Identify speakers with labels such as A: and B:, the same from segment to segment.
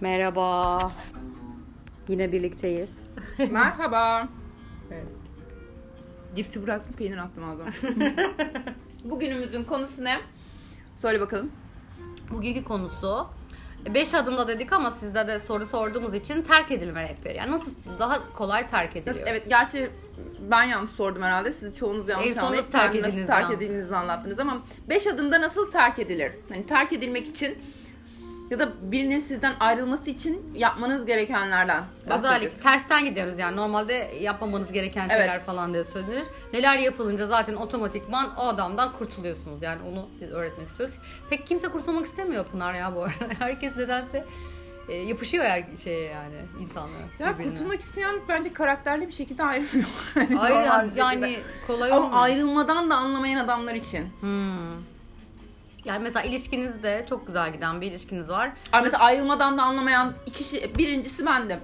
A: Merhaba. Yine birlikteyiz.
B: Merhaba. Evet. Cipsi bıraktım peynir attım ağzıma. Bugünümüzün konusu ne? Söyle bakalım.
A: Bugünkü konusu 5 adımda dedik ama sizde de soru sorduğumuz için terk edilme rehberi. Yani nasıl daha kolay terk
B: Nasıl-
A: ediliyoruz?
B: evet gerçi ben yanlış sordum herhalde. Siz çoğunuz
A: En
B: yanlış
A: son nasıl
B: anlayıp
A: terk
B: ben nasıl
A: edildiğinizi
B: terk
A: anladım.
B: edildiğinizi anlattınız ama 5 adımda nasıl terk edilir? Hani terk edilmek için ya da birinin sizden ayrılması için yapmanız gerekenlerden. bahsedeceğiz.
A: Özellikle tersten gidiyoruz yani normalde yapmamanız gereken şeyler
B: Evet.
A: falan diye söylenir. Neler yapılınca zaten otomatikman o adamdan kurtuluyorsunuz yani onu biz öğretmek istiyoruz. Pek kimse kurtulmak istemiyor Pınar ya bu arada. Herkes nedense e, yapışıyor her şeye yani insanlara.
B: Ya
A: birbirine.
B: kurtulmak isteyen bence karakterli bir şekilde ayrılıyor.
A: Ayrı-
B: Normal bir şekilde.
A: yani kolay olmuyor.
B: Ama ayrılmadan da anlamayan adamlar için.
A: Hmm. Yani mesela ilişkinizde çok güzel giden bir ilişkiniz var.
B: Ay mesela ayrılmadan da anlamayan kişi birincisi bendim.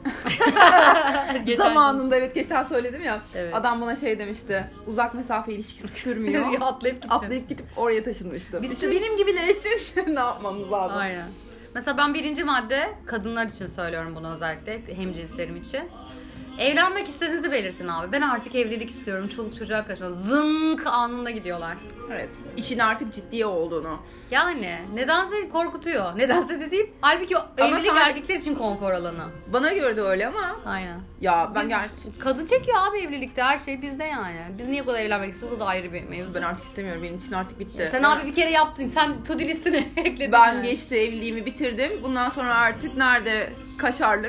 A: Geçen
B: Zamanında evet geçen söyledim ya.
A: Evet.
B: Adam bana şey demişti. Uzak mesafe ilişkisi
A: konuştuk.
B: sürmüyor.
A: atlayıp gittin.
B: Atlayıp gidip oraya taşınmıştım.
A: Biz
B: Biz
A: sür-
B: benim gibiler için ne yapmamız lazım?
A: Aynen. Mesela ben birinci madde kadınlar için söylüyorum bunu özellikle hemcinslerim için. Evlenmek istediğinizi belirtin abi. Ben artık evlilik istiyorum. Çoluk çocuğa kaçma. Zınk anında gidiyorlar.
B: Evet. İşin artık ciddiye olduğunu.
A: Yani nedense korkutuyor. Nedense dediğim halbuki o evlilik
B: sadece-
A: erkekler için konfor alanı.
B: Bana göre de öyle ama
A: Aynen.
B: ya ben gerçi
A: Kadın çekiyor abi evlilikte her şey bizde yani. Biz niye bu kadar evlenmek istiyoruz o da ayrı bir mevzu.
B: ben artık istemiyorum. Benim için artık bitti.
A: Sen abi bir kere yaptın. Sen to do listini ekledin.
B: ben
A: yani.
B: geçti evliliğimi bitirdim. Bundan sonra artık nerede kaşarlı?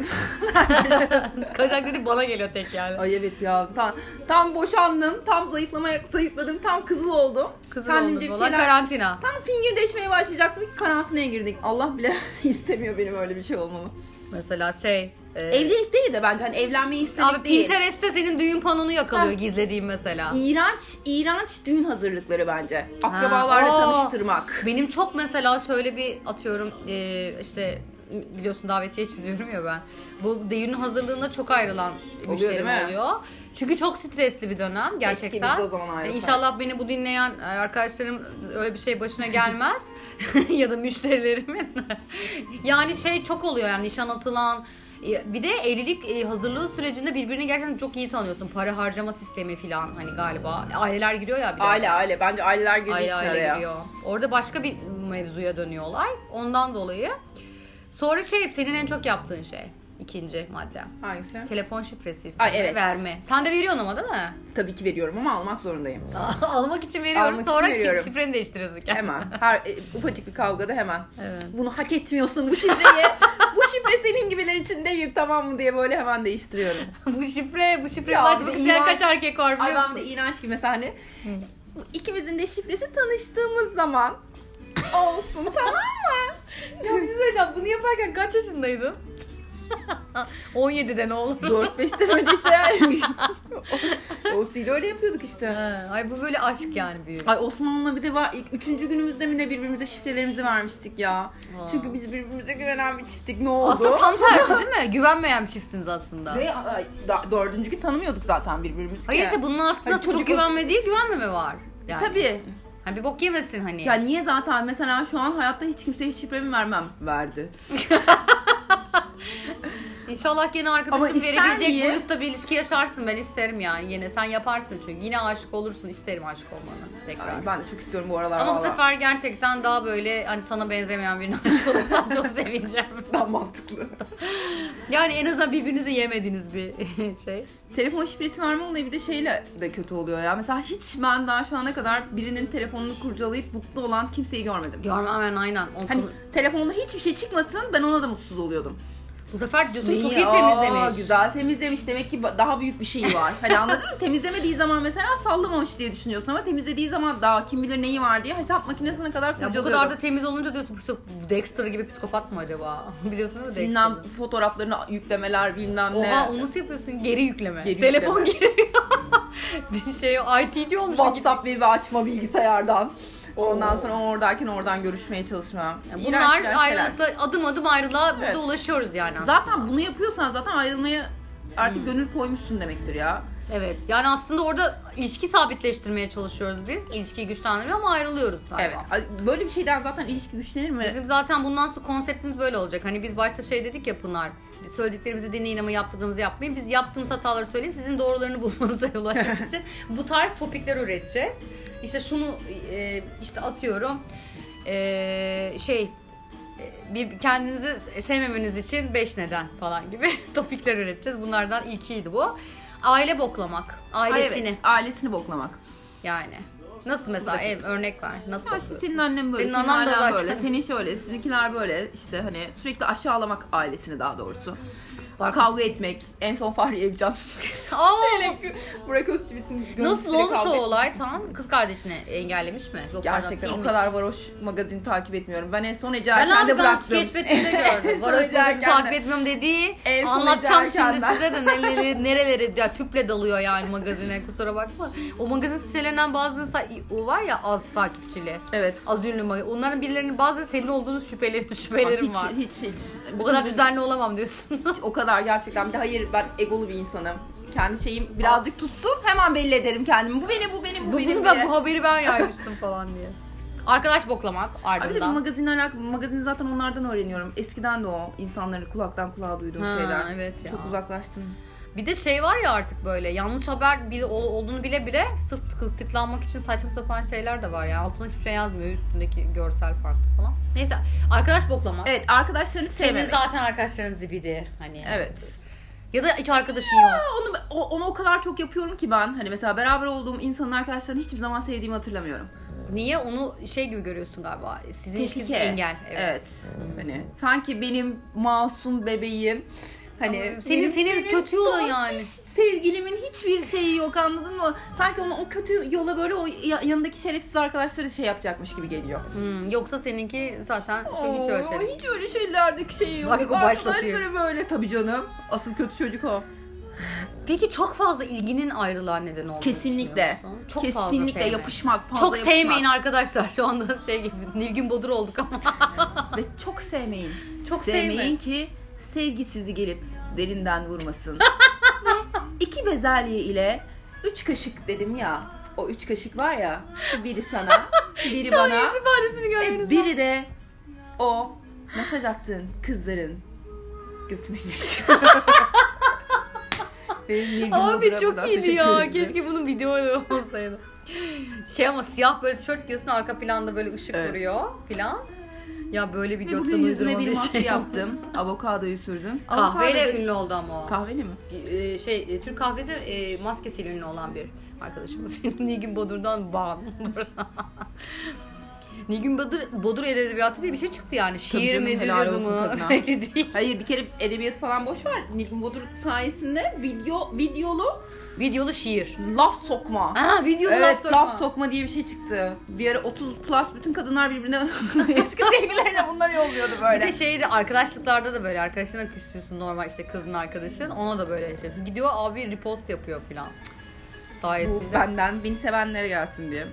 A: Kaçak dedik bana geliyor tek yani.
B: Ay evet ya. Tam, tam boşandım. Tam zayıflama zayıfladım. Tam kızıl oldum.
A: Kızıl Kendimce bir şeyler... karantina.
B: Tam fingirdeşmeye başlayacaktım ki karantinaya girdik. Allah bile istemiyor benim öyle bir şey olmamı.
A: Mesela şey... e,
B: Evlilik değil de bence hani evlenmeyi istedik
A: Abi
B: değil.
A: Pinterest'te senin düğün panonu yakalıyor
B: Ha.
A: gizlediğim mesela.
B: İğrenç, iğrenç düğün hazırlıkları bence. Akrabalarla
A: aa.
B: tanıştırmak.
A: Benim çok mesela şöyle bir atıyorum e, işte biliyorsun davetiye çiziyorum ya ben. Bu düğünün hazırlığında çok ayrılan
B: değil
A: müşterim
B: mi?
A: oluyor. Çünkü çok stresli bir dönem gerçekten.
B: biz de o zaman ayrılsaydık.
A: İnşallah beni bu dinleyen e, arkadaşlarım öyle bir şey başına gelmez. ya da müşterilerimin. yani şey çok oluyor yani nişan atılan e, bir de evlilik e, hazırlığı sürecinde birbirini gerçekten çok iyi tanıyorsun. Para harcama sistemi falan hani galiba. Aileler giriyor ya bir de.
B: Aile aile. Bence aileler girdiği
A: Ay
B: için
A: aile
B: araya.
A: giriyor. Orada başka bir mevzuya dönüyor olay. Ondan dolayı. Sonra şey senin en çok yaptığın şey. ikinci madde.
B: Hangisi?
A: Telefon şifresi
B: Ay,
A: isteme,
B: evet.
A: verme. Sen de veriyorsun ama değil mi?
B: Tabii ki veriyorum ama almak zorundayım.
A: Almak için veriyorum.
B: Almak için
A: sonra
B: veriyorum.
A: şifreni değiştiriyorsun.
B: Hemen. Her e, ufacık bir kavgada hemen.
A: Evet.
B: Bunu hak etmiyorsun bu şifreyi. bu şifre senin gibiler için değil tamam mı diye böyle hemen değiştiriyorum.
A: bu şifre, bu şifre
B: Ya,
A: ulaşmak
B: bir
A: isteyen
B: iğrenç.
A: kaç erkek var
B: Ay
A: biliyor
B: ben de
A: musun?
B: iğrenç gibi mesela hani bu ikimizin de şifresi tanıştığımız zaman olsun tamam mı?
A: Ya bir şey söyleyeceğim. Bunu yaparken kaç yaşındaydın? 17'de ne olur?
B: 4-5 sene önce işte yani. o Osi'yle öyle yapıyorduk işte.
A: Ha, Ay bu böyle aşk yani büyük.
B: Ay Osman'la bir de var ilk üçüncü günümüzde mi ne birbirimize şifrelerimizi vermiştik ya.
A: Vay.
B: Çünkü biz birbirimize güvenen bir çifttik ne oldu?
A: Aslında tam tersi değil mi? Güvenmeyen bir çiftsiniz aslında.
B: Ve ay, da- dördüncü gün tanımıyorduk zaten birbirimizi.
A: Hayır
B: ki.
A: işte bunun altında
B: Hani
A: çok
B: çocuk-
A: güvenme değil güvenmeme var. Yani.
B: Tabii.
A: Hani bir bok yemesin hani.
B: Ya niye zaten mesela şu an hayatta hiç kimseye şifremi vermem. Verdi.
A: İnşallah yeni
B: Ama
A: arkadaşım
B: ister
A: verebilecek
B: diye-
A: boyutta bir ilişki yaşarsın. Ben isterim yani yine. Sen yaparsın çünkü. Yine aşık olursun. isterim aşık olmanı. Tekrar.
B: Ay, ben de çok istiyorum bu aralar.
A: Ama bu
B: vallahi.
A: sefer gerçekten daha böyle hani sana benzemeyen birine aşık olursan çok sevineceğim.
B: daha mantıklı.
A: Yani en azından birbirinizi yemediğiniz bir şey.
B: Telefon şifresi verme olayı bir de şeyle de kötü oluyor ya. Mesela hiç ben daha şu ana kadar birinin telefonunu kurcalayıp mutlu olan kimseyi görmedim.
A: Görmem ben aynen. O
B: Hani
A: konu-
B: telefonda hiçbir şey çıkmasın ben ona da mutsuz oluyordum.
A: Bu sefer diyorsun çok iyi
B: Aa,
A: temizlemiş.
B: Güzel temizlemiş demek ki ba- daha büyük bir şey var. Hani anladın mı? Temizlemediği zaman mesela sallamamış diye düşünüyorsun ama temizlediği zaman daha kim bilir neyi var diye hesap makinesine kadar
A: Ya
B: kurcalıyordum.
A: bu kadar da temiz olunca diyorsun bu Dexter gibi psikopat mı acaba? Biliyorsunuz değil mi
B: Silinen
A: Dexter'ı?
B: fotoğraflarını yüklemeler bilmem ne.
A: Oha onu nasıl yapıyorsun? Geri yükleme.
B: Geri
A: Telefon geri. şey o IT'ci olmuş.
B: WhatsApp ve açma bilgisayardan. Ondan sonra o oradayken oradan görüşmeye çalışmam.
A: Yani
B: İğrenç,
A: Bunlar
B: iğrenç şeyler.
A: ayrılıkta adım adım ayrılığa burada
B: Evet.
A: ulaşıyoruz yani. aslında.
B: Hmm. Zaten bunu yapıyorsan zaten ayrılmaya artık gönül koymuşsun demektir ya.
A: Evet. Yani aslında orada ilişki sabitleştirmeye çalışıyoruz biz. İlişkiyi güçlendiriyor ama ayrılıyoruz galiba.
B: Evet. a- Böyle bir şeyden zaten ilişki güçlenir mi?
A: Bizim zaten bundan sonra konseptimiz böyle olacak. Hani biz başta şey dedik ya Pınar. biz Söylediklerimizi dinleyin ama yaptıklarımızı yapmayın. Biz yaptığımız hataları söyleyeyim. Sizin doğrularını bulmanıza yol açmak için. Bu tarz topikler üreteceğiz. İşte şunu e, işte atıyorum. E, şey e, bir kendinizi sevmemeniz için 5 neden falan gibi topikler üreteceğiz. Bunlardan ilkiydi bu. Aile boklamak.
B: Ay,
A: Ailesini
B: evet, ailesini boklamak.
A: yani. Nasıl mesela ev, örnek ver. Nasıl
B: Ya işte
A: bakıyorsun?
B: senin annen böyle,
A: Senin
B: senin,
A: anan da
B: ailen
A: zaten.
B: böyle, senin şöyle, sizinkiler böyle. işte hani sürekli aşağılamak ailesini daha doğrusu.
A: Fark-
B: Kavga etmek. En son Fahri Evcan.
A: Aa!
B: Burak Özçivit'in
A: Nasıl
B: görüntüsüyle
A: olmuş
B: kavga
A: o
B: etmek.
A: olay tam? Kız kardeşini engellemiş mi? Yok,
B: Gerçekten o
A: silmiş.
B: kadar varoş magazin takip etmiyorum. Ben en son Ece
A: Ben abi
B: Erken'de
A: ben hiç
B: bıraktım.
A: keşfetinde
B: En
A: gördüm.
B: son
A: Varoş
B: Ece
A: Magazin
B: Erken'de.
A: takip etmiyorum dediği.
B: En son
A: Anlatacağım
B: Ece
A: şimdi
B: Erken'den.
A: size de nereleri, nereleri ya tüple dalıyor yani magazine kusura bakma. O magazin sitelerinden bazıları say- o var ya az takipçili.
B: Evet.
A: Az ünlü magazin. Onların birilerinin bazen senin olduğunu şüphelerim, şüphelerim
B: hiç,
A: var.
B: hiç hiç.
A: Bu kadar düzenli olamam diyorsun.
B: O kadar gerçekten. Bir de hayır ben egolu bir insanım. Kendi şeyim birazcık tutsun hemen belli ederim kendimi. Bu benim, bu benim, bu,
A: Bu,
B: benim
A: bunu ben
B: diye.
A: bu haberi ben yaymıştım falan diye. Arkadaş boklamak
B: Abi de bu
A: ardından.
B: magazinle alakalı, magazini zaten onlardan öğreniyorum. Eskiden de o insanları kulaktan kulağa duyduğum
A: Ha,
B: şeyler.
A: evet ya.
B: Çok uzaklaştım.
A: Bir de şey var ya artık böyle yanlış haber bile, ol- olduğunu bile bile sırf tık- tıklanmak için saçma sapan şeyler de var ya. Altına hiçbir şey yazmıyor üstündeki görsel farklı falan. Neyse arkadaş boklamak.
B: Evet arkadaşlarını
A: Senin
B: sevmemek.
A: zaten arkadaşların zibidi hani.
B: Evet.
A: Ya da hiç arkadaşın yok.
B: Onu, o- onu o kadar çok yapıyorum ki ben. Hani mesela beraber olduğum insanın arkadaşlarını hiçbir zaman sevdiğimi hatırlamıyorum.
A: Niye onu şey gibi görüyorsun galiba. Sizin ilişkiniz engel. Evet.
B: Hani sanki benim masum bebeğim hani
A: Ama senin- senin kötü yola
B: tontiş
A: yani.
B: Sevgilimin hiçbir şeyi yok anladın mı? Sanki onu o kötü yola böyle o ya- yanındaki şerefsiz arkadaşları şey yapacakmış gibi geliyor.
A: Hmm, yoksa seninki zaten şey hiç
B: Oo,
A: öyle şey.
B: hiç öyle şeylerdeki şey yok.
A: Bak, o başlatıyor.
B: Arkadaşları böyle tabii canım. Asıl kötü çocuk o.
A: Peki çok fazla ilginin ayrılığa neden olduğunu
B: Kesinlikle.
A: düşünüyor musun? Çok fazla
B: Kesinlikle
A: sevmek.
B: yapışmak, fazla
A: Çok
B: yapışmak.
A: sevmeyin arkadaşlar şu anda şey gibi Nilgün Bodur olduk ama.
B: ve çok sevmeyin.
A: Çok
B: sevmeyin
A: sevme.
B: ki sevgi sizi gelip derinden vurmasın. ve iki bezelye ile üç kaşık dedim ya. O üç kaşık var ya. Biri sana, biri bana.
A: ifadesini
B: Ve biri de o mesaj attığın kızların götüne girsin. Benim Nilgün
A: Abi
B: Bodur'a
A: çok
B: buradan
A: iyiydi
B: teşekkür
A: ya.
B: ederim.
A: Keşke bunun video olsaydı. Şey ama siyah böyle tişört giyiyorsun arka planda böyle ışık
B: Evet.
A: vuruyor filan. Ya böyle bir
B: Ve
A: gökten
B: bugün yüzüme
A: uydurma
B: bir
A: bir
B: maske
A: şey yaptım.
B: yaptım. Avokadoyu sürdüm.
A: Kahveyle
B: Avokado-
A: ünlü oldu ama o.
B: Kahveli mi?
A: Ee, şey e, Türk kahvesi e, maskesiyle ünlü olan bir arkadaşımız. Nilgün Bodur'dan bağım. Nilgün Bodur, Bodur el edebiyatı diye bir şey çıktı yani. Şiir
B: canım,
A: mi, düz
B: helal olsun
A: yazımı
B: kadına.
A: belli değil.
B: Hayır bir kere edebiyat falan boş ver. Nilgün Bodur sayesinde video videolu
A: Videolu şiir.
B: laf sokma.
A: Aa videolu
B: evet,
A: laf sokma.
B: diye bir şey çıktı. Bir ara 30 plus bütün kadınlar birbirine eski sevgililerine bunları yolluyordu
A: Bir de
B: böyle.
A: şeyde arkadaşlıklarda da böyle arkadaşına küsüyorsun normal işte kızın arkadaşın ona da böyle şey. Gidiyor abi repost yapıyor filan.
B: Bu
A: Sayesinde.
B: benden beni sevenlere gelsin diye.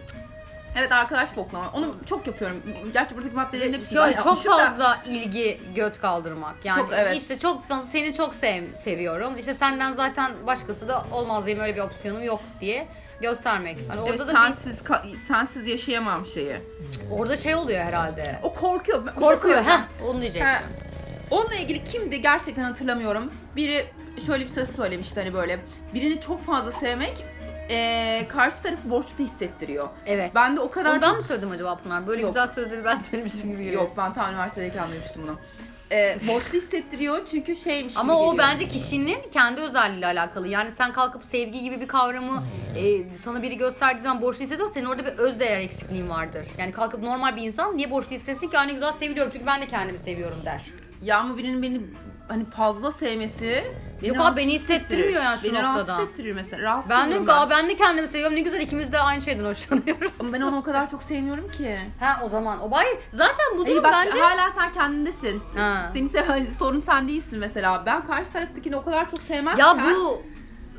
B: Evet arkadaş boklama. Onu çok yapıyorum. Gerçi buradaki maddelerin
A: Şöyle
B: hepsini ben
A: çok
B: yapmışım da.
A: fazla ilgi göt kaldırmak. Yani
B: Çok, evet.
A: işte çok seni çok sev, seviyorum. İşte senden zaten başkası da olmaz benim öyle bir opsiyonum yok diye göstermek. Hani orada
B: Evet,
A: da bir-
B: e, sensiz ka- sensiz yaşayamam şeyi.
A: orada şey oluyor herhalde.
B: O korkuyor. Ben-
A: Korkuyor
B: Bir şey
A: ha. Onu diyecektim.
B: Ha, Onunla ilgili kimdi gerçekten hatırlamıyorum. Biri şöyle bir söz söylemişti hani böyle. Birini çok fazla sevmek eee, karşı tarafı borçlu hissettiriyor.
A: Evet.
B: Ben de o kadar...
A: Ondan mı söyledim acaba Pınar? Böyle
B: Yok.
A: güzel sözleri ben söylemişim gibi geliyor.
B: Yok ben tam üniversitedeyken anlamıştım bunu. Eee borçlu hissettiriyor çünkü şeymiş
A: Ama
B: gibi
A: o
B: geliyor.
A: bence kişinin kendi özelliğiyle alakalı. Yani sen kalkıp sevgi gibi bir kavramı
B: Hmm.
A: e, sana biri gösterdiği zaman borçlu hissediyorsan senin orada bir özdeğer eksikliğin vardır. Yani kalkıp normal bir insan niye borçlu hissetsin ki? Hani güzel seviliyorum çünkü ben de kendimi seviyorum der.
B: Ya ama birinin beni hani fazla sevmesi... beni
A: abi,
B: rahatsız
A: beni hissettirmiyor
B: ettirir.
A: yani şu
B: Beni
A: noktada.
B: rahatsız ettirir mesela. Rahatsız
A: Ben diyorum
B: oluyorum
A: ki "Aa, ben de kendimi seviyorum ne güzel ikimiz de aynı şeyden hoşlanıyoruz.
B: Ama ben onu o kadar çok sevmiyorum ki.
A: ha o zaman o bay zaten bu
B: İyi
A: durum
B: bak
A: bence
B: hala sen kendindesin.
A: Ha.
B: Seni seven sorun sen değilsin mesela. Ben karşı taraftakini o kadar çok sevmezken.
A: ya bu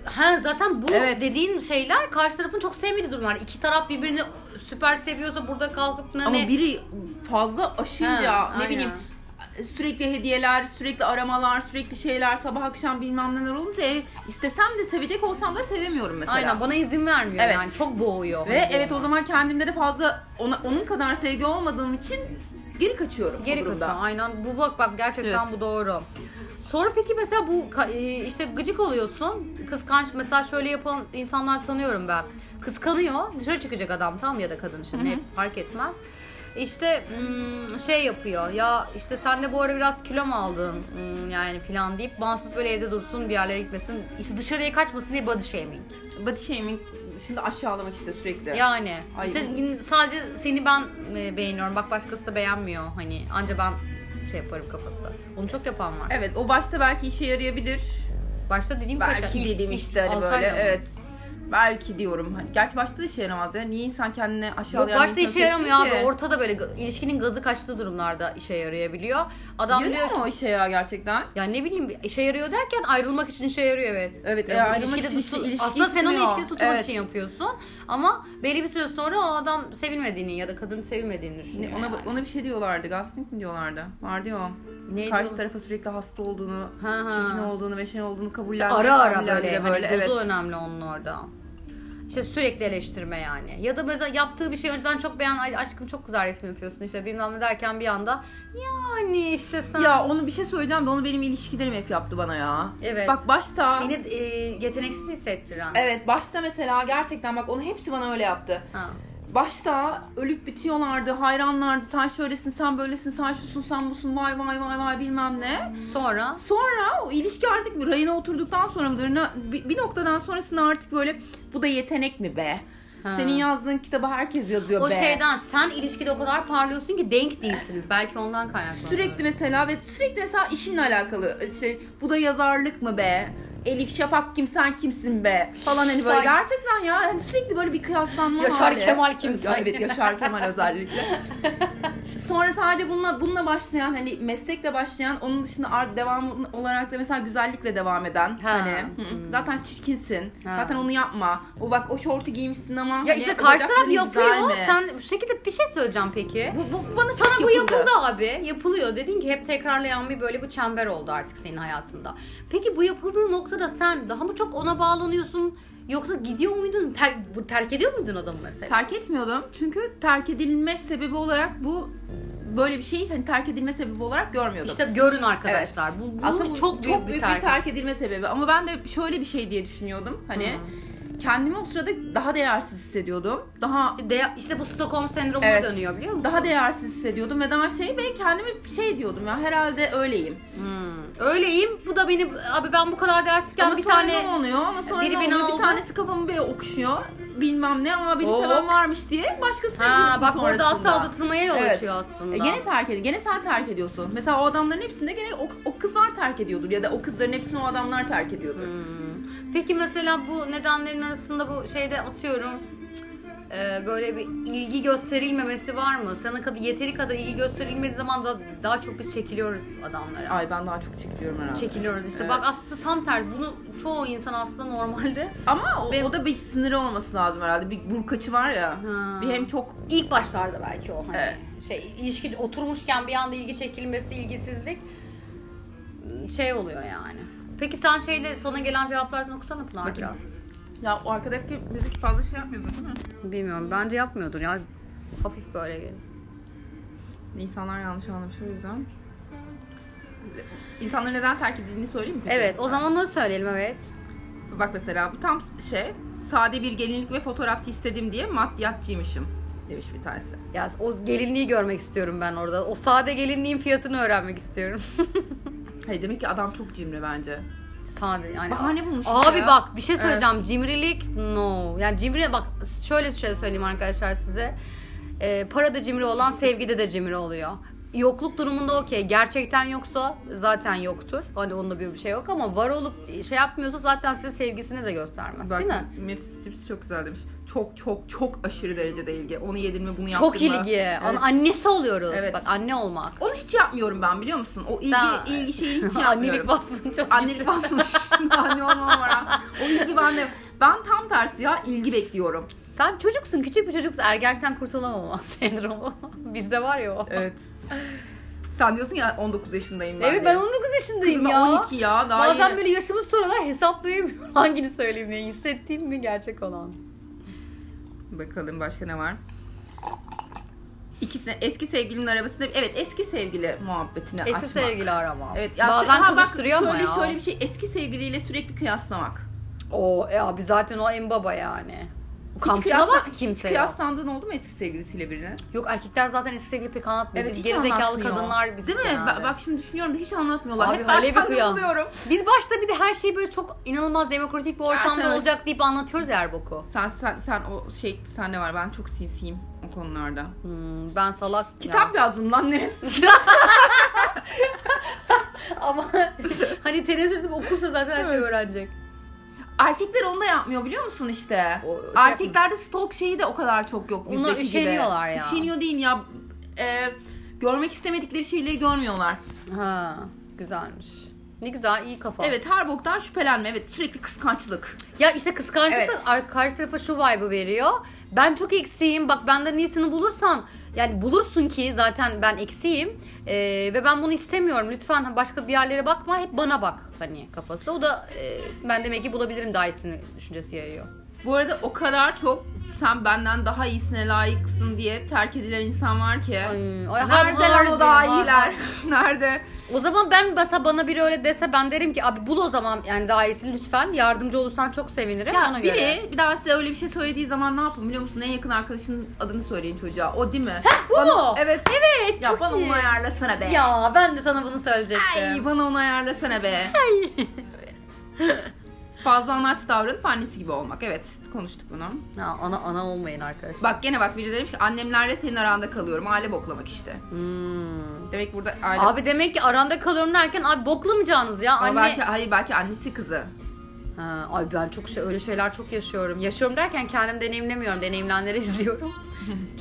A: Ha zaten bu
B: Evet.
A: dediğin şeyler karşı tarafın çok sevmediği durumlar. İki taraf birbirini süper seviyorsa burada kalkıp hani ne
B: Ama biri fazla aşırı
A: Ha,
B: ya ne
A: aynen.
B: bileyim sürekli hediyeler, sürekli aramalar, sürekli şeyler, sabah akşam bilmem neler olunca e, istesem de sevecek olsam da sevemiyorum mesela.
A: Aynen bana izin vermiyor
B: Evet.
A: yani. Çok boğuyor.
B: Ve
A: Hani
B: evet
A: bu.
B: o zaman kendimde de fazla ona, onun kadar sevgi olmadığım için geri kaçıyorum bu
A: Geri
B: durumda.
A: kaçıyor. Aynen. Bu bak bak gerçekten
B: Evet.
A: bu doğru. Sonra peki mesela bu ka- e, işte gıcık oluyorsun. Kıskanç mesela şöyle yapan insanlar tanıyorum ben. Kıskanıyor. Dışarı çıkacak adam tam ya da kadın şimdi ne fark etmez. İşte hmm, şey yapıyor ya işte sen de bu ara biraz kilo mu aldın Hmm, yani filan deyip bansız böyle evde dursun bir yerlere gitmesin işte dışarıya kaçmasın diye body shaming.
B: Body shaming şimdi aşağılamak işte sürekli.
A: Yani
B: Ay.
A: işte sadece seni ben e, beğeniyorum. Bak başkası da beğenmiyor. Hani anca ben şey yaparım kafası. Onu çok yapan var.
B: Evet o başta belki işe yarayabilir.
A: Başta dediğim kaç-
B: Belki
A: ilk-
B: dediğim
A: ilk
B: işte hani
A: altı
B: böyle
A: ayda mı?
B: evet. Belki diyorum hani. Gerçi başta da işe yaramaz ya. Niye insan kendini
A: Yok
B: aşağılayan
A: başta
B: bir insan
A: işe yaramıyor abi.
B: seçsin ki?
A: Ortada böyle g- ilişkinin gazı kaçtığı durumlarda işe yarayabiliyor. Adam
B: Yarıyor
A: diyor ki
B: mu o işe ya gerçekten?
A: ya ne bileyim işe yarıyor derken ayrılmak için işe yarıyor evet.
B: Evet,
A: Yani
B: e, ayrılmak
A: ilişkide
B: için işte
A: tutu-
B: ilişki
A: Aslında sen onu
B: tutmuyor.
A: ilişkide tutmak
B: Evet.
A: için yapıyorsun. Ama belli bir süre sonra o adam sevilmediğini ya da kadın sevilmediğini düşünüyor.
B: Ne- ona
A: yani.
B: ona bir şey diyorlardı. Gaslighting mi diyorlardı? Vardı ya o.
A: Neydi
B: Karşı
A: o?
B: tarafa sürekli hasta olduğunu,
A: Ha ha.
B: çirkin olduğunu ve şey olduğunu kabullendi.
A: Ara ara
B: kabullendi
A: böyle,
B: de
A: böyle hani
B: evet.
A: dozu önemli onun orada. İşte sürekli eleştirme yani. Ya da mesela yaptığı bir şey önceden çok beğen, "Ay aşkım çok güzel resim yapıyorsun işte bilmem ne derken bir anda yani işte sen
B: Ya onu bir şey söyleyeceğim de onu benim ilişkilerim hep yaptı bana ya.
A: Evet.
B: Bak başta
A: seni e, yeteneksiz hissettiren.
B: evet başta mesela gerçekten bak onu hepsi bana öyle yaptı.
A: Ha.
B: Başta ölüp bitiyorlardı, hayranlardı. Sen şöylesin, sen böylesin, sen şusun, sen busun. Vay vay vay vay bilmem ne.
A: Sonra
B: Sonra o ilişki artık bir rayına oturduktan sonra mıdır? ne- Bir, bir noktadan sonrasında artık böyle bu da yetenek mi be?
A: Ha.
B: Senin yazdığın kitabı herkes yazıyor
A: o şey
B: be.
A: şeyden sen ilişkide o kadar parlıyorsun ki denk değilsiniz. Belki ondan kaynaklanıyor.
B: Sürekli mesela ve sürekli mesela işinle alakalı işte bu da yazarlık mı be? Elif Şafak kim sen kimsin be falan hani
A: Sanki-
B: böyle gerçekten ya hani sürekli böyle bir kıyaslanma
A: Yaşar
B: hali.
A: Kemal kim sen?
B: Evet Yaşar Kemal özellikle. Sonra sadece bununla, bununla başlayan hani meslekle başlayan onun dışında art devam olarak da mesela güzellikle devam eden hani hı, zaten çirkinsin
A: Hmm. Ha.
B: zaten onu yapma o bak o şortu giymişsin
A: Ya
B: ama hani
A: işte
B: bacakların
A: karşı taraf
B: güzel
A: yapıyor.
B: mi?
A: Sen bu şekilde bir şey söyleyeceğim peki.
B: bu, bu bana
A: Sana
B: çok
A: bu yapıldı abi. Yapılıyor. Dedin ki hep tekrarlayan bir böyle bu çember oldu artık senin hayatında. Peki bu yapıldığı noktada sen daha mı çok ona bağlanıyorsun? Yoksa gidiyor muydun? Ter- bu- terk ediyor muydun adamı mesela?
B: Terk etmiyordum çünkü terk edilme sebebi olarak bu böyle bir şeyi hani terk edilme sebebi olarak görmüyordum.
A: işte görün arkadaşlar.
B: Evet.
A: Bu, bu
B: Aslında
A: çok büyük, bir terk.
B: edilme sebebi ama ben de şöyle bir şey diye düşünüyordum. Hani kendimi o sırada daha değersiz hissediyordum. Daha
A: De- işte bu Stockholm sendromuna
B: Evet.
A: dönüyor biliyor musun?
B: daha değersiz hissediyordum ve daha şey ve kendime şey diyordum ya herhalde öyleyim.
A: Hmm. Öyleyim. Bu da beni abi ben bu kadar dersken
B: ama
A: bir
B: sonra
A: tane
B: ne oluyor ama sonra
A: biri
B: ne
A: beni
B: oluyor
A: aldı.
B: bir tanesi kafamı böyle okşuyor bilmem ne aa beni
A: Hop.
B: seven varmış diye başkasına
A: Oh. Ha
B: gidiyorsun
A: bak orada
B: sonrasında.
A: asla aldatılmaya yol
B: Evet.
A: açıyor aslında.
B: E, gene terk ediyor. Gene sen terk ediyorsun. Mesela o adamların hepsinde gene o, o kızlar terk ediyordur ya da o kızların hepsini o adamlar terk ediyordur.
A: Hmm. Peki mesela bu nedenlerin arasında bu şeyde atıyorum cık, e, böyle bir ilgi gösterilmemesi var mı? Sana kadar yeteri kadar ilgi gösterilmediği zaman da daha çok biz çekiliyoruz adamlara.
B: Ay ben daha çok çekiliyorum herhalde.
A: Çekiliyoruz işte.
B: Evet.
A: Bak aslında tam tersi. Bunu çoğu insan aslında normalde
B: Ama o,
A: Benim-
B: o da bir sınırı olması lazım herhalde. Bir burkaçı var ya.
A: Ha.
B: Bir hem çok
A: ilk başlarda belki o hani
B: Evet.
A: şey ilişki oturmuşken bir anda ilgi çekilmesi, ilgisizlik şey oluyor yani. Peki sen şeyle sana gelen cevaplardan okusana Pınar
B: Bakayım.
A: biraz.
B: ya o arkadaki müzik fazla şey yapmıyordu değil mi?
A: Bilmiyorum. Bence yapmıyordur ya. Hafif böyle gelir.
B: İnsanlar yanlış anlamış o yüzden. İnsanları neden terk edildiğini söyleyeyim mi? peki?
A: Evet, o zaman onu söyleyelim evet.
B: Bak mesela bu tam şey sade bir gelinlik ve fotoğrafçı istedim diye maddiyatçıymışım demiş bir tanesi.
A: Ya o gelinliği görmek istiyorum ben orada. O sade gelinliğin fiyatını öğrenmek istiyorum.
B: Hayır demek ki adam çok cimri bence.
A: sade yani.
B: Bahane bulmuş işte
A: Abi
B: ya.
A: bak bir şey söyleyeceğim. Cimrilik no. Yani cimri bak şöyle bir şey söyleyeyim arkadaşlar size. Ee, parada cimri olan sevgide de cimri oluyor. Yokluk durumunda okey. Gerçekten yoksa zaten yoktur. Hani onda bir şey yok ama var olup şey yapmıyorsa zaten size sevgisini de göstermez
B: Bak,
A: değil mi?
B: Meryl Streep çok güzel demiş. Çok çok çok aşırı derecede ilgi. Onu yedin mi bunu yaptın mı?
A: Çok ilgi.
B: Evet.
A: An- Annesi oluyoruz.
B: Evet.
A: Bak anne olmak.
B: Onu hiç yapmıyorum ben biliyor musun? O ilgi,
A: Sen-
B: ilgi şeyini
A: Annelik
B: hiç
A: şey.
B: yapmıyorum.
A: vasfını çok
B: Annelik basmış. Anne olmam var. ha. O ilgi bende. Ben tam tersi ya ilgi bekliyorum.
A: Sen çocuksun, küçük bir çocuksun. Ergenlikten kurtulamama sendromu. Bizde var ya o.
B: Evet. Sen diyorsun ya 19 yaşındayım ben.
A: Evet ben
B: diye.
A: 19 yaşındayım
B: Kızım ben
A: ya.
B: 12 ya. Daha
A: Bazen
B: yeni.
A: böyle yaşımız soruyorlar hesaplayamıyorum. Hangini söyleyeyim diye hissettiğim mi gerçek olan.
B: Bakalım başka ne var? İkisine, eski sevgilinin arabasında evet eski sevgili muhabbetini
A: Eski
B: açmak.
A: sevgili arama.
B: Evet, ya
A: Bazen
B: ha bak,
A: kızıştırıyor ama
B: şöyle,
A: ya.
B: Şöyle bir şey eski sevgiliyle sürekli kıyaslamak.
A: O e abi zaten o en baba yani.
B: Hiç
A: Kamçılamaz
B: kıyasla-
A: ki
B: Hiç
A: kimse. ya.
B: kıyaslandığın oldu mu eski sevgilisiyle birine?
A: Yok erkekler zaten eski sevgili pek anlatmıyor.
B: Evet
A: biz
B: hiç
A: gerizekalı
B: anlatmıyor.
A: kadınlar biz
B: Değil mi?
A: genelde.
B: Ba- bak şimdi düşünüyorum da hiç anlatmıyorlar.
A: Abi
B: Hep
A: Halevi
B: baştan
A: kıyan.
B: yoruluyorum.
A: Biz başta bir de her şeyi böyle çok inanılmaz demokratik bir ortamda
B: sen-
A: olacak deyip anlatıyoruz ya Erboku.
B: Sen, sen, sen o şey sende var ben çok sinsiyim o konularda.
A: Hmm, ben salak ya.
B: Kitap yazdım lan neresi?
A: Ama hani tenezzül edip okursa zaten her şeyi
B: Evet.
A: öğrenecek.
B: Erkekler onu da yapmıyor biliyor musun işte?
A: O- şey
B: Erkeklerde stalk şeyi de o kadar çok yok bizdeki
A: Onlar
B: gibi.
A: üşeniyorlar ya.
B: Üşeniyor değil ya. Ee, görmek istemedikleri şeyleri görmüyorlar.
A: Ha, güzelmiş. Ne güzel, iyi kafa.
B: Evet her boktan şüphelenme. Evet sürekli kıskançlık.
A: Ya işte kıskançlık
B: Evet.
A: da ar- karşı tarafa şu vibe'ı veriyor. Ben çok eksiğim. Bak benden iyisini bulursan yani bulursun ki zaten ben eksiğim. Ee, ve ben bunu istemiyorum. Lütfen başka bir yerlere bakma. Hep bana bak hani kafası. O da e, ben demek ki bulabilirim daha iyisini düşüncesi yayıyor.
B: Bu arada o kadar çok sen benden daha iyisine layıksın diye terk edilen insan var ki.
A: Ay, ay,
B: Nerede lan
A: harbi,
B: o daha
A: harbi.
B: iyiler? Nerede?
A: O zaman ben mesela bana biri öyle dese ben derim ki abi bul o zaman yani daha iyisini lütfen. Yardımcı olursan çok sevinirim.
B: Ya
A: Ona
B: biri
A: göre.
B: bir daha size öyle bir şey söylediği zaman ne yapın biliyor musun? En yakın arkadaşının adını söyleyin çocuğa. O değil mi?
A: bu
B: bana,
A: mu?
B: Evet.
A: Evet
B: Ya
A: çok
B: bana
A: iyi.
B: onu ayarlasana be.
A: Ya ben de sana bunu söyleyecektim.
B: Ay bana onu ayarlasana be. Fazla anaç davranıp annesi gibi olmak. Evet konuştuk bunu.
A: Ya, ana, ana olmayın arkadaşlar.
B: Bak gene bak biri demiş ki annemlerle senin aranda kalıyorum. Aile boklamak işte.
A: Hmm.
B: Demek burada aile...
A: Abi demek ki aranda kalıyorum derken abi boklamayacağınız ya
B: Ama
A: anne.
B: belki, hayır belki annesi kızı.
A: Ha, ay ben çok şey öyle şeyler çok yaşıyorum. Yaşıyorum derken kendim deneyimlemiyorum. Deneyimlenleri izliyorum.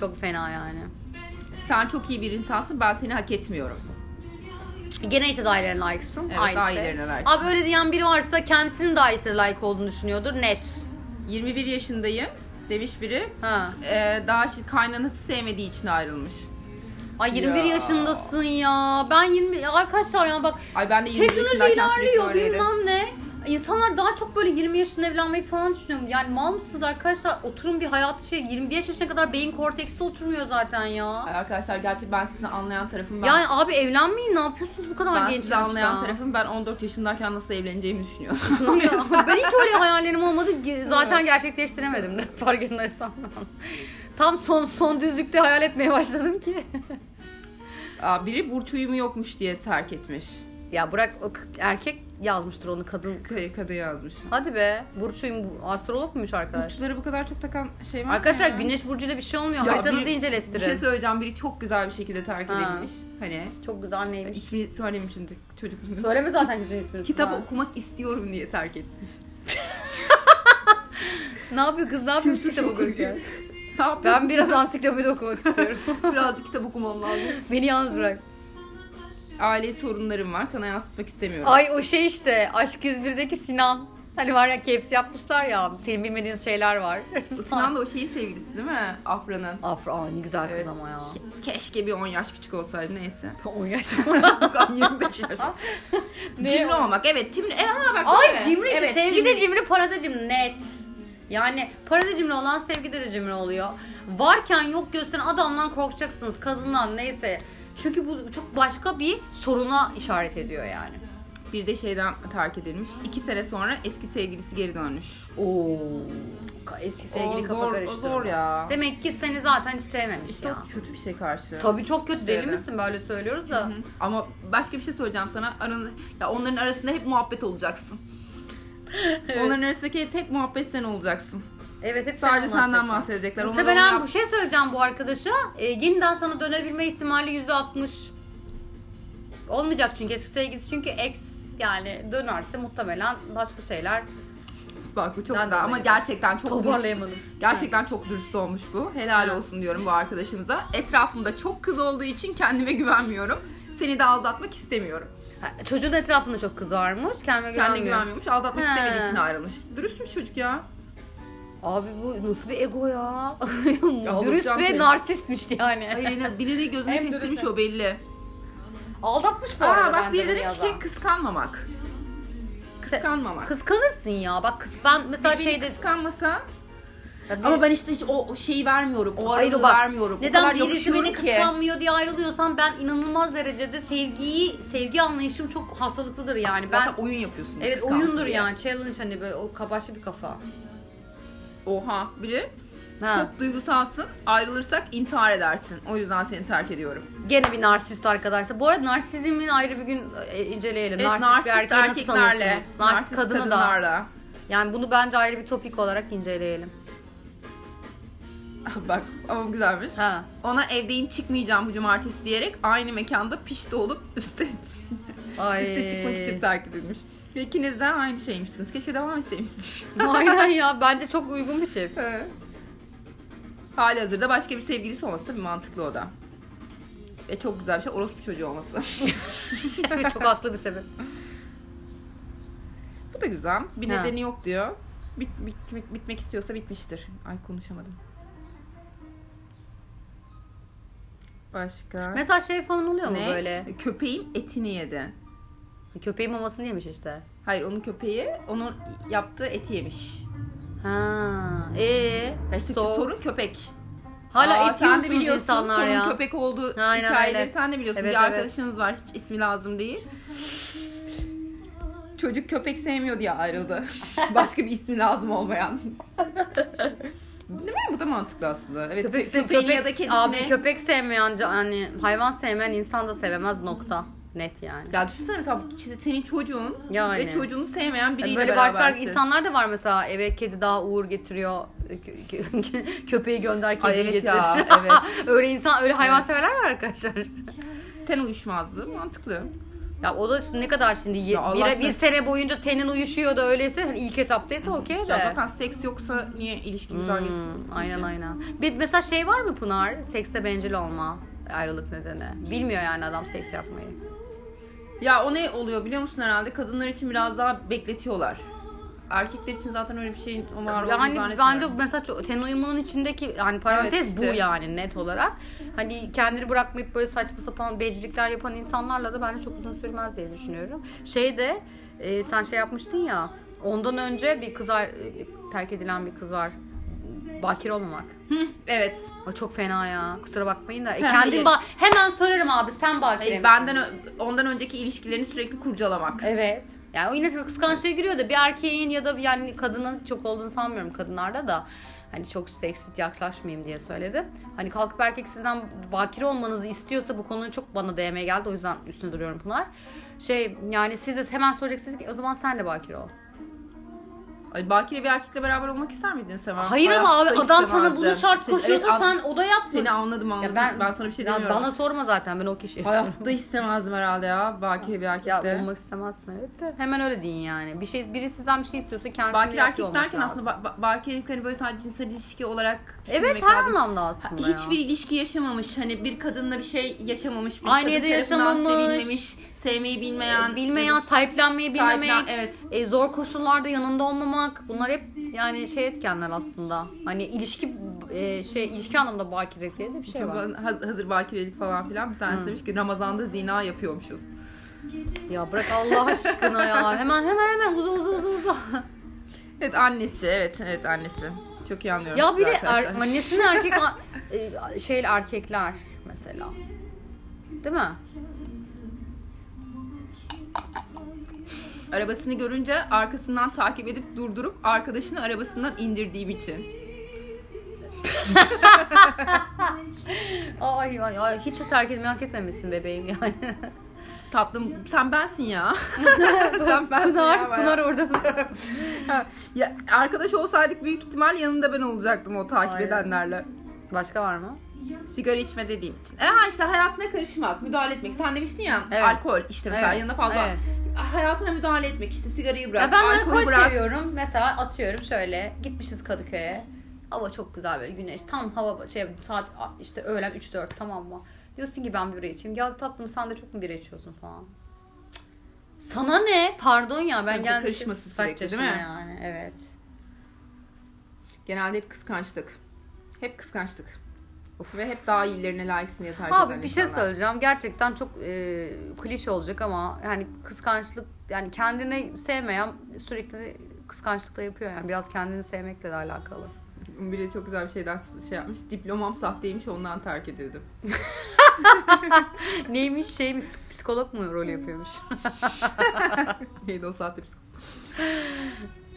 A: çok fena yani.
B: Sen çok iyi bir insansın ben seni hak etmiyorum.
A: Gene işte dairelerine layıksın.
B: Evet,
A: Aynı
B: daha
A: şey.
B: iyilerine layık.
A: Abi öyle diyen biri varsa kendisinin daha iyisine layık olduğunu düşünüyordur. Net.
B: 21 yaşındayım demiş biri.
A: Ha.
B: Ee, daha şi- kaynanası sevmediği için ayrılmış.
A: Ay 21
B: Ya.
A: yaşındasın ya. Ben 20 arkadaşlar ya bak
B: Ay ben de 20
A: Teknoloji
B: yaşındayken sürekli
A: ilerliyor
B: öyleydim.
A: bilmem ne. İnsanlar daha çok böyle 20 yaşında evlenmeyi falan düşünüyor. Yani mal mısınız arkadaşlar? Oturun bir hayatı şey. 25 yaşına kadar beyin korteksi oturmuyor zaten ya.
B: Ay Arkadaşlar gerçi ben sizi anlayan tarafım. Ben,
A: Yani abi evlenmeyin ne yapıyorsunuz bu kadar
B: ben
A: genç
B: sizi
A: yaşta?
B: anlayan tarafım. Ben 14 yaşındayken nasıl evleneceğimi düşünüyordum.
A: ben hiç öyle hayallerim olmadı. Ge- Zaten gerçekleştiremedim de farkındaysan. Tam son son düzlükte hayal etmeye başladım ki.
B: Aa, biri burç uyumu yokmuş diye terk etmiş.
A: ya bırak o k- erkek yazmıştır onu kadın.
B: Kay- Kadı Şey, yazmış.
A: Hadi be. Burçuyum. bu- Astrolog muymuş arkadaş?
B: Burçları bu kadar çok takan şey var mı
A: Arkadaşlar
B: ya?
A: güneş burcuyla bir şey olmuyor.
B: Ya
A: Haritanızı
B: bir- Bir
A: incelettirin.
B: şey söyleyeceğim. Biri çok güzel bir şekilde terk
A: Ha.
B: edilmiş. Hani
A: Çok güzel neymiş.
B: ismini söylemeyeyim şimdi çocuk.
A: Söyleme zaten güzel ismini.
B: Kitap
A: Ha.
B: okumak istiyorum diye terk etmiş.
A: Ne yapıyor kız ne yapıyor kitap
B: şoku.
A: okurken?
B: Ne yapayım?
A: Ben biraz ansiklopedi okumak istiyorum.
B: birazcık kitap okumam lazım.
A: Beni yalnız bırak.
B: Aile sorunlarım var. Sana yansıtmak istemiyorum.
A: Ay o şey işte Aşk 101'deki Sinan. Hani var ya KFC yapmışlar ya senin bilmediğiniz şeyler var.
B: Sinan da o şeyin sevgilisi değil mi? Afra'nın.
A: Afra aa, ne güzel
B: Evet.
A: kız ama ya.
B: Ke- Keşke bir 10 yaş küçük olsaydı neyse.
A: 10 yaş.
B: Tam 25 yaş. cimri olmak. Evet cimri. E, ha, bak, değil mi?
A: Ay cimri işte
B: Evet,
A: sevgi de cimri parada cimri net. Yani parada cimri olan sevgide de cimri oluyor. Varken yok gösteren adamdan korkacaksınız kadından neyse. Çünkü bu çok başka bir soruna işaret ediyor yani.
B: Bir de şeyden terk edilmiş. 2 sene sonra eski sevgilisi geri dönmüş.
A: Oo. Eski sevgili
B: O
A: kafa
B: zor- o
A: karıştırma.
B: zor ya.
A: Demek ki seni zaten hiç sevmemiş
B: İşte
A: ya.
B: o kötü bir şey karşı.
A: Tabii çok kötü deli
B: Şöyle.
A: misin böyle söylüyoruz da.
B: Hı. Ama başka bir şey söyleyeceğim sana. Aranı, ya onların arasında hep muhabbet olacaksın. Onların arasındaki hep, hep muhabbet sen olacaksın.
A: Evet hep
B: Sadece
A: sen
B: senden
A: bahsediyor.
B: bahsedecekler. Onlar onu
A: Muhtemelen
B: yap-
A: bu şey söyleyeceğim bu arkadaşa. E, yeniden sana dönebilme ihtimali yüzde altmış. Olmayacak çünkü eski sevgilisi çünkü ex yani dönerse muhtemelen başka şeyler.
B: Bak bu çok
A: Nereden
B: güzel ama
A: bileyim?
B: gerçekten çok
A: Toparlayamadım.
B: dürüst- Gerçekten çok dürüst olmuş bu. Helal
A: Ha.
B: olsun diyorum bu arkadaşımıza. Etrafımda çok kız olduğu için kendime güvenmiyorum. Seni de aldatmak istemiyorum.
A: Ha, Çocuğun etrafında çok kız varmış. Kendime
B: Kendine
A: güvenmiyorum.
B: güvenmiyormuş, aldatmak
A: He.
B: istemediği için ayrılmış. Dürüstmüş çocuk ya.
A: Abi bu nasıl bir ego ya?
B: Ya
A: Dürüst
B: alacağım
A: ve
B: seni.
A: narsistmiş yani.
B: Hayır, birine gözüne
A: Hem dürüst
B: kestirmiş
A: hem-
B: o belli.
A: Aldatmış bu arada
B: Aa bak
A: bence
B: biri
A: bunu
B: demiş
A: yazan.
B: ki kıskanmamak. Kıskanmamak.
A: Kıskanırsın ya. Bak kız ben mesela şey
B: Birbirini
A: şeyde
B: kıskanmasa
A: Ya bir-
B: ama ben işte hiç o o şeyi vermiyorum. O
A: Hayır,
B: aralığı
A: bak,
B: vermiyorum. o
A: Neden
B: kadar
A: birisi
B: yapışıyorum
A: beni kıskanmıyor diye ayrılıyorsam ben inanılmaz derecede sevgiyi, sevgi anlayışım çok hastalıklıdır yani. Ben
B: Zaten oyun yapıyorsun.
A: evet
B: kıskansın
A: oyundur
B: diye.
A: yani. Challenge hani böyle o kabaçlı bir kafa.
B: Oha biri
A: Ha.
B: çok duygusalsın. Ayrılırsak intihar edersin. O yüzden seni terk ediyorum.
A: Gene bir narsist arkadaşlar. Bu arada narsizmin ayrı bir gün e, inceleyelim.
B: Evet,
A: narsist, bir erkeği nasıl tanırsınız? Narsist, kadını da.
B: kadınlarla.
A: Yani bunu bence ayrı bir topik olarak inceleyelim.
B: Bak ama bu güzelmiş.
A: Ha.
B: Ona evdeyim çıkmayacağım bu cumartesi diyerek aynı mekanda pişti olup üste,
A: Ay.
B: üste çıkmak için terk edilmiş. Ve ikiniz de aynı şeymişsiniz. Keşke devam etseymişsiniz.
A: Aynen ya. Bence çok uygun bir çift.
B: Hali hazırda başka bir sevgilisi olması tabii mantıklı o da. Ve çok güzel bir şey orospu çocuğu olması.
A: evet çok haklı bir sebep.
B: bu da güzel. Bir
A: Ha.
B: nedeni yok diyor. Bit, bit- bit- bitmek istiyorsa bitmiştir. Ay konuşamadım. Başka.
A: Mesela şey falan oluyor mu böyle?
B: Köpeğim etini yedi.
A: Köpeğin mamasını yemiş işte.
B: Hayır onun köpeği onun yaptığı eti yemiş.
A: Ha, ee,
B: İşte
A: so-
B: E sorun köpek.
A: Hala
B: Aa,
A: eti
B: sen de
A: yiyorsunuz
B: biliyorsun
A: insanlar
B: sorun
A: ya.
B: köpek olduğu
A: Aynen
B: hikayeleri
A: öyle.
B: sen de biliyorsun.
A: Evet,
B: bir
A: evet.
B: arkadaşınız var hiç ismi lazım değil. Çocuk köpek sevmiyor diye ayrıldı. Başka bir ismi lazım olmayan. değil mi? Bu da mantıklı aslında. Evet,
A: Köpek,
B: köpeğin
A: köpek,
B: ya da kedisini...
A: abi köpek sevmeyen, ca- hani hayvan sevmeyen insan da sevemez nokta. Net yani.
B: Ya düşünsene mesela işte senin çocuğun
A: Yani.
B: ve çocuğunu sevmeyen biriyle
A: Hani böyle başka
B: berabersin.
A: insanlar da var mesela eve kedi daha uğur getiriyor. kö- kö- Köpeği gönder kediyi
B: Ay evet
A: getir.
B: ya evet.
A: öyle insan öyle hayvan severler var arkadaşlar.
B: Ten uyuşmazdı. Mantıklı.
A: Ya o da şimdi ne kadar şimdi ye-
B: Ya Allah
A: bir,
B: aşkına.
A: bir sene boyunca tenin uyuşuyor da öyleyse hani ilk etaptaysa okey de.
B: Ya zaten seks yoksa niye ilişki güzel
A: Hmm,
B: geçsin?
A: aynen aynen. Bir mesela şey var mı Pınar? Sekse bencil olma ayrılık nedeni. Bilmiyor yani adam seks yapmayı.
B: Ya o ne oluyor biliyor musun herhalde? Kadınlar için biraz daha bekletiyorlar. Erkekler için zaten öyle bir şeyin o var olduğunu
A: yani
B: zannetmiyorum.
A: bence hani mesela ço- ten uyumunun içindeki yani parantez
B: Evet,
A: bu
B: işte.
A: yani net olarak. Hani kendini bırakmayıp böyle saçma sapan bencillikler yapan insanlarla da bence çok uzun sürmez diye düşünüyorum. Şey de e, sen şey yapmıştın ya ondan önce bir kız ay- e, terk edilen bir kız var. Bakir olmamak.
B: Hı, evet.
A: O çok fena ya. Kusura bakmayın da. E,
B: Ha,
A: kendin
B: hayır.
A: ba- hemen sorarım abi sen bakire
B: Hayır,
A: misin?
B: Hani benden ö- ondan önceki ilişkilerini sürekli kurcalamak.
A: Evet. Yani o yine kıskançlığa giriyor da bir erkeğin ya da bir- yani kadının çok olduğunu sanmıyorum kadınlarda da. Hani çok seksit yaklaşmayayım diye söyledim. Hani kalkıp erkek sizden bakire olmanızı istiyorsa bu konunun çok bana DM'ye geldi. O yüzden üstüne duruyorum Pınar. Şey yani siz de hemen soracaksınız ki o zaman sen de bakire ol.
B: Ay, bakire bir erkekle beraber olmak ister miydin Sema?
A: Hayır ama abi
B: Hayatta
A: adam sana
B: istemezdim.
A: bunu şart
B: Sen-
A: koşuyorsa
B: evet,
A: sen
B: an-
A: o da yapma.
B: Seni anladım anladım.
A: Ya
B: ben, sana bir şey
A: ya
B: demiyorum.
A: Bana sorma zaten ben o kişiyim.
B: Hayatta istemezdim herhalde ya bakire bir erkekle.
A: Ya olmak istemezsin evet de. Hemen öyle deyin yani. Bir şey biri sizden bir şey istiyorsa kendisini
B: Bakire
A: yapıyor
B: erkek
A: olması
B: derken
A: lazım.
B: aslında ba- ba- bakireliklerini böyle sadece cinsel ilişki olarak
A: Evet
B: düşünmemek
A: her
B: lazım.
A: anlamda aslında ya.
B: Hiçbir ilişki yaşamamış. Hani bir kadınla bir şey yaşamamış. Bir
A: Aynı
B: kadın
A: evde
B: tarafından
A: yaşamamış.
B: Sevilmemiş, sevmeyi bilmeyen.
A: bilmeyen, sahiplenmeyi
B: sahiplen-
A: bilmemek,
B: evet.
A: e, zor koşullarda yanında olmamak bunlar hep yani şey etkenler aslında. Hani ilişki e, şey ilişki anlamında bakirelik diye de bir şey var.
B: Haz- Hazır bakirelik falan filan. Bir tanesi demiş ki Ramazan'da zina yapıyormuşuz.
A: Ya bırak Allah aşkına ya. Hemen hemen hemen uza uza uza uza.
B: Evet annesi. Evet evet annesi. Çok iyi anlıyorum
A: ya
B: sizi
A: biri
B: arkadaşlar.
A: er, annesinin erkek a- e, şey erkekler mesela. Değil mi?
B: Arabasını görünce arkasından takip edip durdurup arkadaşını arabasından indirdiğim için.
A: Ay ay ay hiç o terk etmeyi hak etmemişsin bebeğim yani.
B: Tatlım sen bensin ya. sen bensin ya
A: Pınar,
B: bayağı.
A: Pınar orada mısın?
B: Ha, ya, arkadaş olsaydık büyük ihtimal yanında ben olacaktım o takip
A: Aynen.
B: edenlerle.
A: Başka var mı?
B: Sigara içme dediğim için. E ha işte hayatına karışmak, müdahale etmek. Sen demiştin ya
A: Evet.
B: alkol işte mesela
A: Evet,
B: yanında fazla.
A: evet.
B: Hayatına müdahale etmek işte sigarayı bırak,
A: Ya ben
B: alkolü
A: alkol
B: bırak.
A: seviyorum. Mesela atıyorum şöyle gitmişiz Kadıköy'e. Hava çok güzel böyle güneş. Tam hava şey saat işte öğlen 3-4 tamam mı? Diyorsun ki ben bira içeyim. Ya tatlım sen de çok mu bira içiyorsun falan. Cık. Sana ne? Pardon ya ben
B: Kimse
A: gelmişim.
B: karışmasın
A: Kaç
B: sürekli, değil mi?
A: yaşına Yani evet.
B: Genelde hep kıskançlık. Hep kıskançlık. Ve hep daha iyilerine layıksın diye tercih eden
A: Abi bir şey
B: insanlar.
A: söyleyeceğim. Gerçekten çok e, klişe olacak ama yani kıskançlık yani kendini sevmeyen sürekli kıskançlıkla yapıyor yani biraz kendini sevmekle de alakalı.
B: Biri çok güzel bir şeyden şey yapmış. Diplomam sahteymiş ondan terk edildim.
A: Neymiş şey mi psik- psikolog mu rol yapıyormuş?
B: Neydi o sahte psikolog?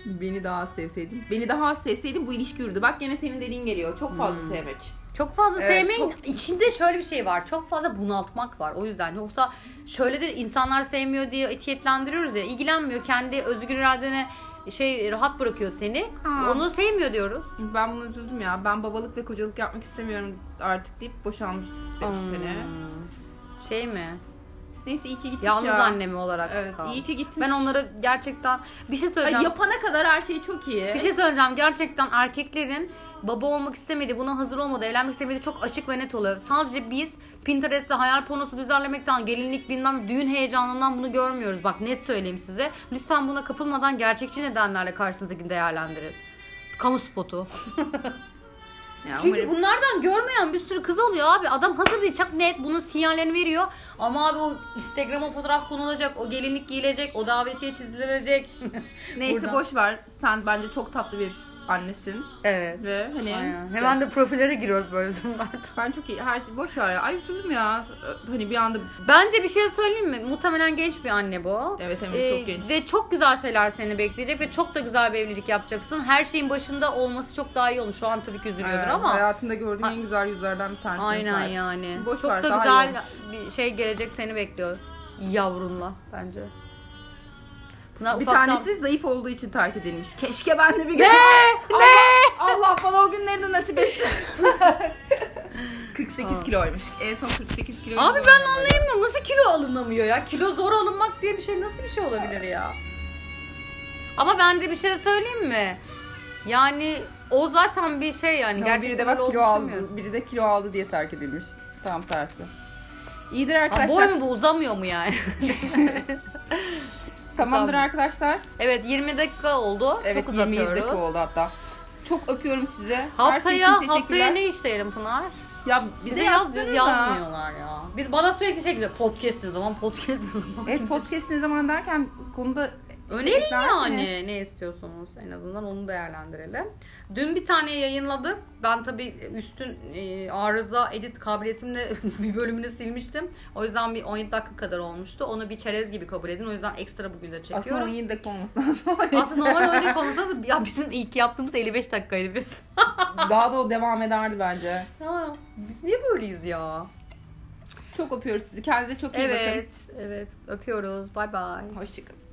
B: Beni daha az sevseydim. Beni daha az sevseydim bu ilişki yürüdü. Bak gene senin dediğin geliyor. Çok fazla
A: Hmm.
B: sevmek.
A: Çok fazla
B: Evet,
A: sevmeyin içinde şöyle bir şey var. Çok fazla bunaltmak var. O yüzden yoksa şöyle de insanlar sevmiyor diye etiketlendiriyoruz ya. ilgilenmiyor. Kendi özgür iradene şey rahat bırakıyor seni.
B: Aa.
A: Onu sevmiyor diyoruz.
B: Ben bunu üzüldüm ya. Ben babalık ve kocalık yapmak istemiyorum artık deyip boşanmış
A: Hmm.
B: demiş sene.
A: Şey mi?
B: Neyse iyi ki gitmiş
A: Yalnız
B: ya.
A: annemi olarak
B: Evet
A: kaldı.
B: iyi ki gitmiş.
A: Ben onları gerçekten bir şey
B: Ay,
A: söyleyeceğim.
B: yapana kadar her şey çok iyi.
A: Bir şey söyleyeceğim. Gerçekten erkeklerin baba olmak istemediği, buna hazır olmadığı, evlenmek istemediği çok açık ve net oluyor. Sadece biz Pinterest'te hayal pornosu düzenlemekten, gelinlik bilmem düğün heyecanından bunu görmüyoruz. Bak net söyleyeyim size. Lütfen buna kapılmadan gerçekçi nedenlerle karşınızdakini değerlendirin. Kamu spotu.
B: Ya,
A: şey- Çünkü
B: umarım-
A: bunlardan görmeyen bir sürü kız oluyor abi. Adam hazır değil çok net bunun sinyallerini veriyor. Ama abi o Instagram'a fotoğraf konulacak, o gelinlik giyilecek, o davetiye çizilecek.
B: Neyse
A: Buradan-
B: boş ver. Sen bence çok tatlı bir annesin
A: Evet.
B: ve hani
A: Aynen. Hemen de profillere giriyoruz böyle durumlarda.
B: ben çok iyi her şey boş ver ya. Ay üzüldüm ya. Hani bir anda
A: Bence bir şey söyleyeyim mi? Muhtemelen genç bir anne bu.
B: evet evet
A: Ee,
B: çok genç.
A: Ve çok güzel şeyler seni bekleyecek ve çok da güzel bir evlilik yapacaksın. Her şeyin başında olması çok daha iyi olmuş. Şu an tabii ki üzülüyordur
B: Evet,
A: ama.
B: hayatımda gördüğüm
A: Ha-
B: en güzel yüzlerden bir tanesi.
A: Aynen yani.
B: Boş
A: çok
B: ver,
A: da
B: daha iyi
A: güzel bir şey gelecek seni bekliyor. Yavrunla bence. Bunlar
B: Bir
A: ufaktan-
B: tanesi zayıf olduğu için terk edilmiş. Keşke ben de bir gün... Ne? Ne? Allah bana o günleri de nasip etsin. 48
A: Aa.
B: kiloymuş. En son 48 kilo.
A: Abi ben anlayamıyorum. Nasıl kilo alınamıyor ya? Kilo zor alınmak diye bir şey nasıl bir şey olabilir ya? Ama bence bir şey söyleyeyim mi? Yani o zaten bir şey yani. Gerçekten
B: biri de
A: öyle
B: bak kilo
A: olduğunu
B: aldı.
A: düşünmüyorum.
B: Biri de kilo aldı diye terk edilmiş. Tam tersi. İyidir
A: Ha, boy
B: arkadaşlar.
A: mu bu uzamıyor mu yani?
B: Tamamdır
A: Tamam.
B: arkadaşlar.
A: evet 20 dakika oldu.
B: Evet
A: Çok
B: 27
A: uzatıyoruz.
B: dakika oldu hatta. Çok öpüyorum size.
A: Haftaya
B: Her şey için
A: haftaya
B: teşekkürler.
A: ne işleyelim Pınar?
B: Ya bize,
A: Bize yaz
B: yazsanıza.
A: yazmıyorlar ya. Biz bana sürekli şey geliyor. Podcast ne zaman? Podcast ne zaman?
B: Evet
A: Kimse-
B: podcast ne zaman derken konuda şey
A: Önerin
B: eklersiniz.
A: yani ne istiyorsunuz en azından onu değerlendirelim. Dün bir tane yayınladık. Ben tabii üstün e, arıza edit kabiliyetimle bir bölümünü silmiştim. O yüzden bir 17 dakika kadar olmuştu. Onu bir çerez gibi kabul edin. O yüzden ekstra bugün de çekiyoruz.
B: Aslında
A: Aslında,
B: 17 dakika olması lazım.
A: normal öyle konuşsanız ya bizim ilk yaptığımız 55 dakikaydı biz.
B: Daha da o devam ederdi bence.
A: Ha, biz niye böyleyiz ya?
B: Çok öpüyoruz sizi. Kendinize çok iyi
A: Evet, evet. Öpüyoruz. Bay bay.
B: bakın. Hoşçakalın.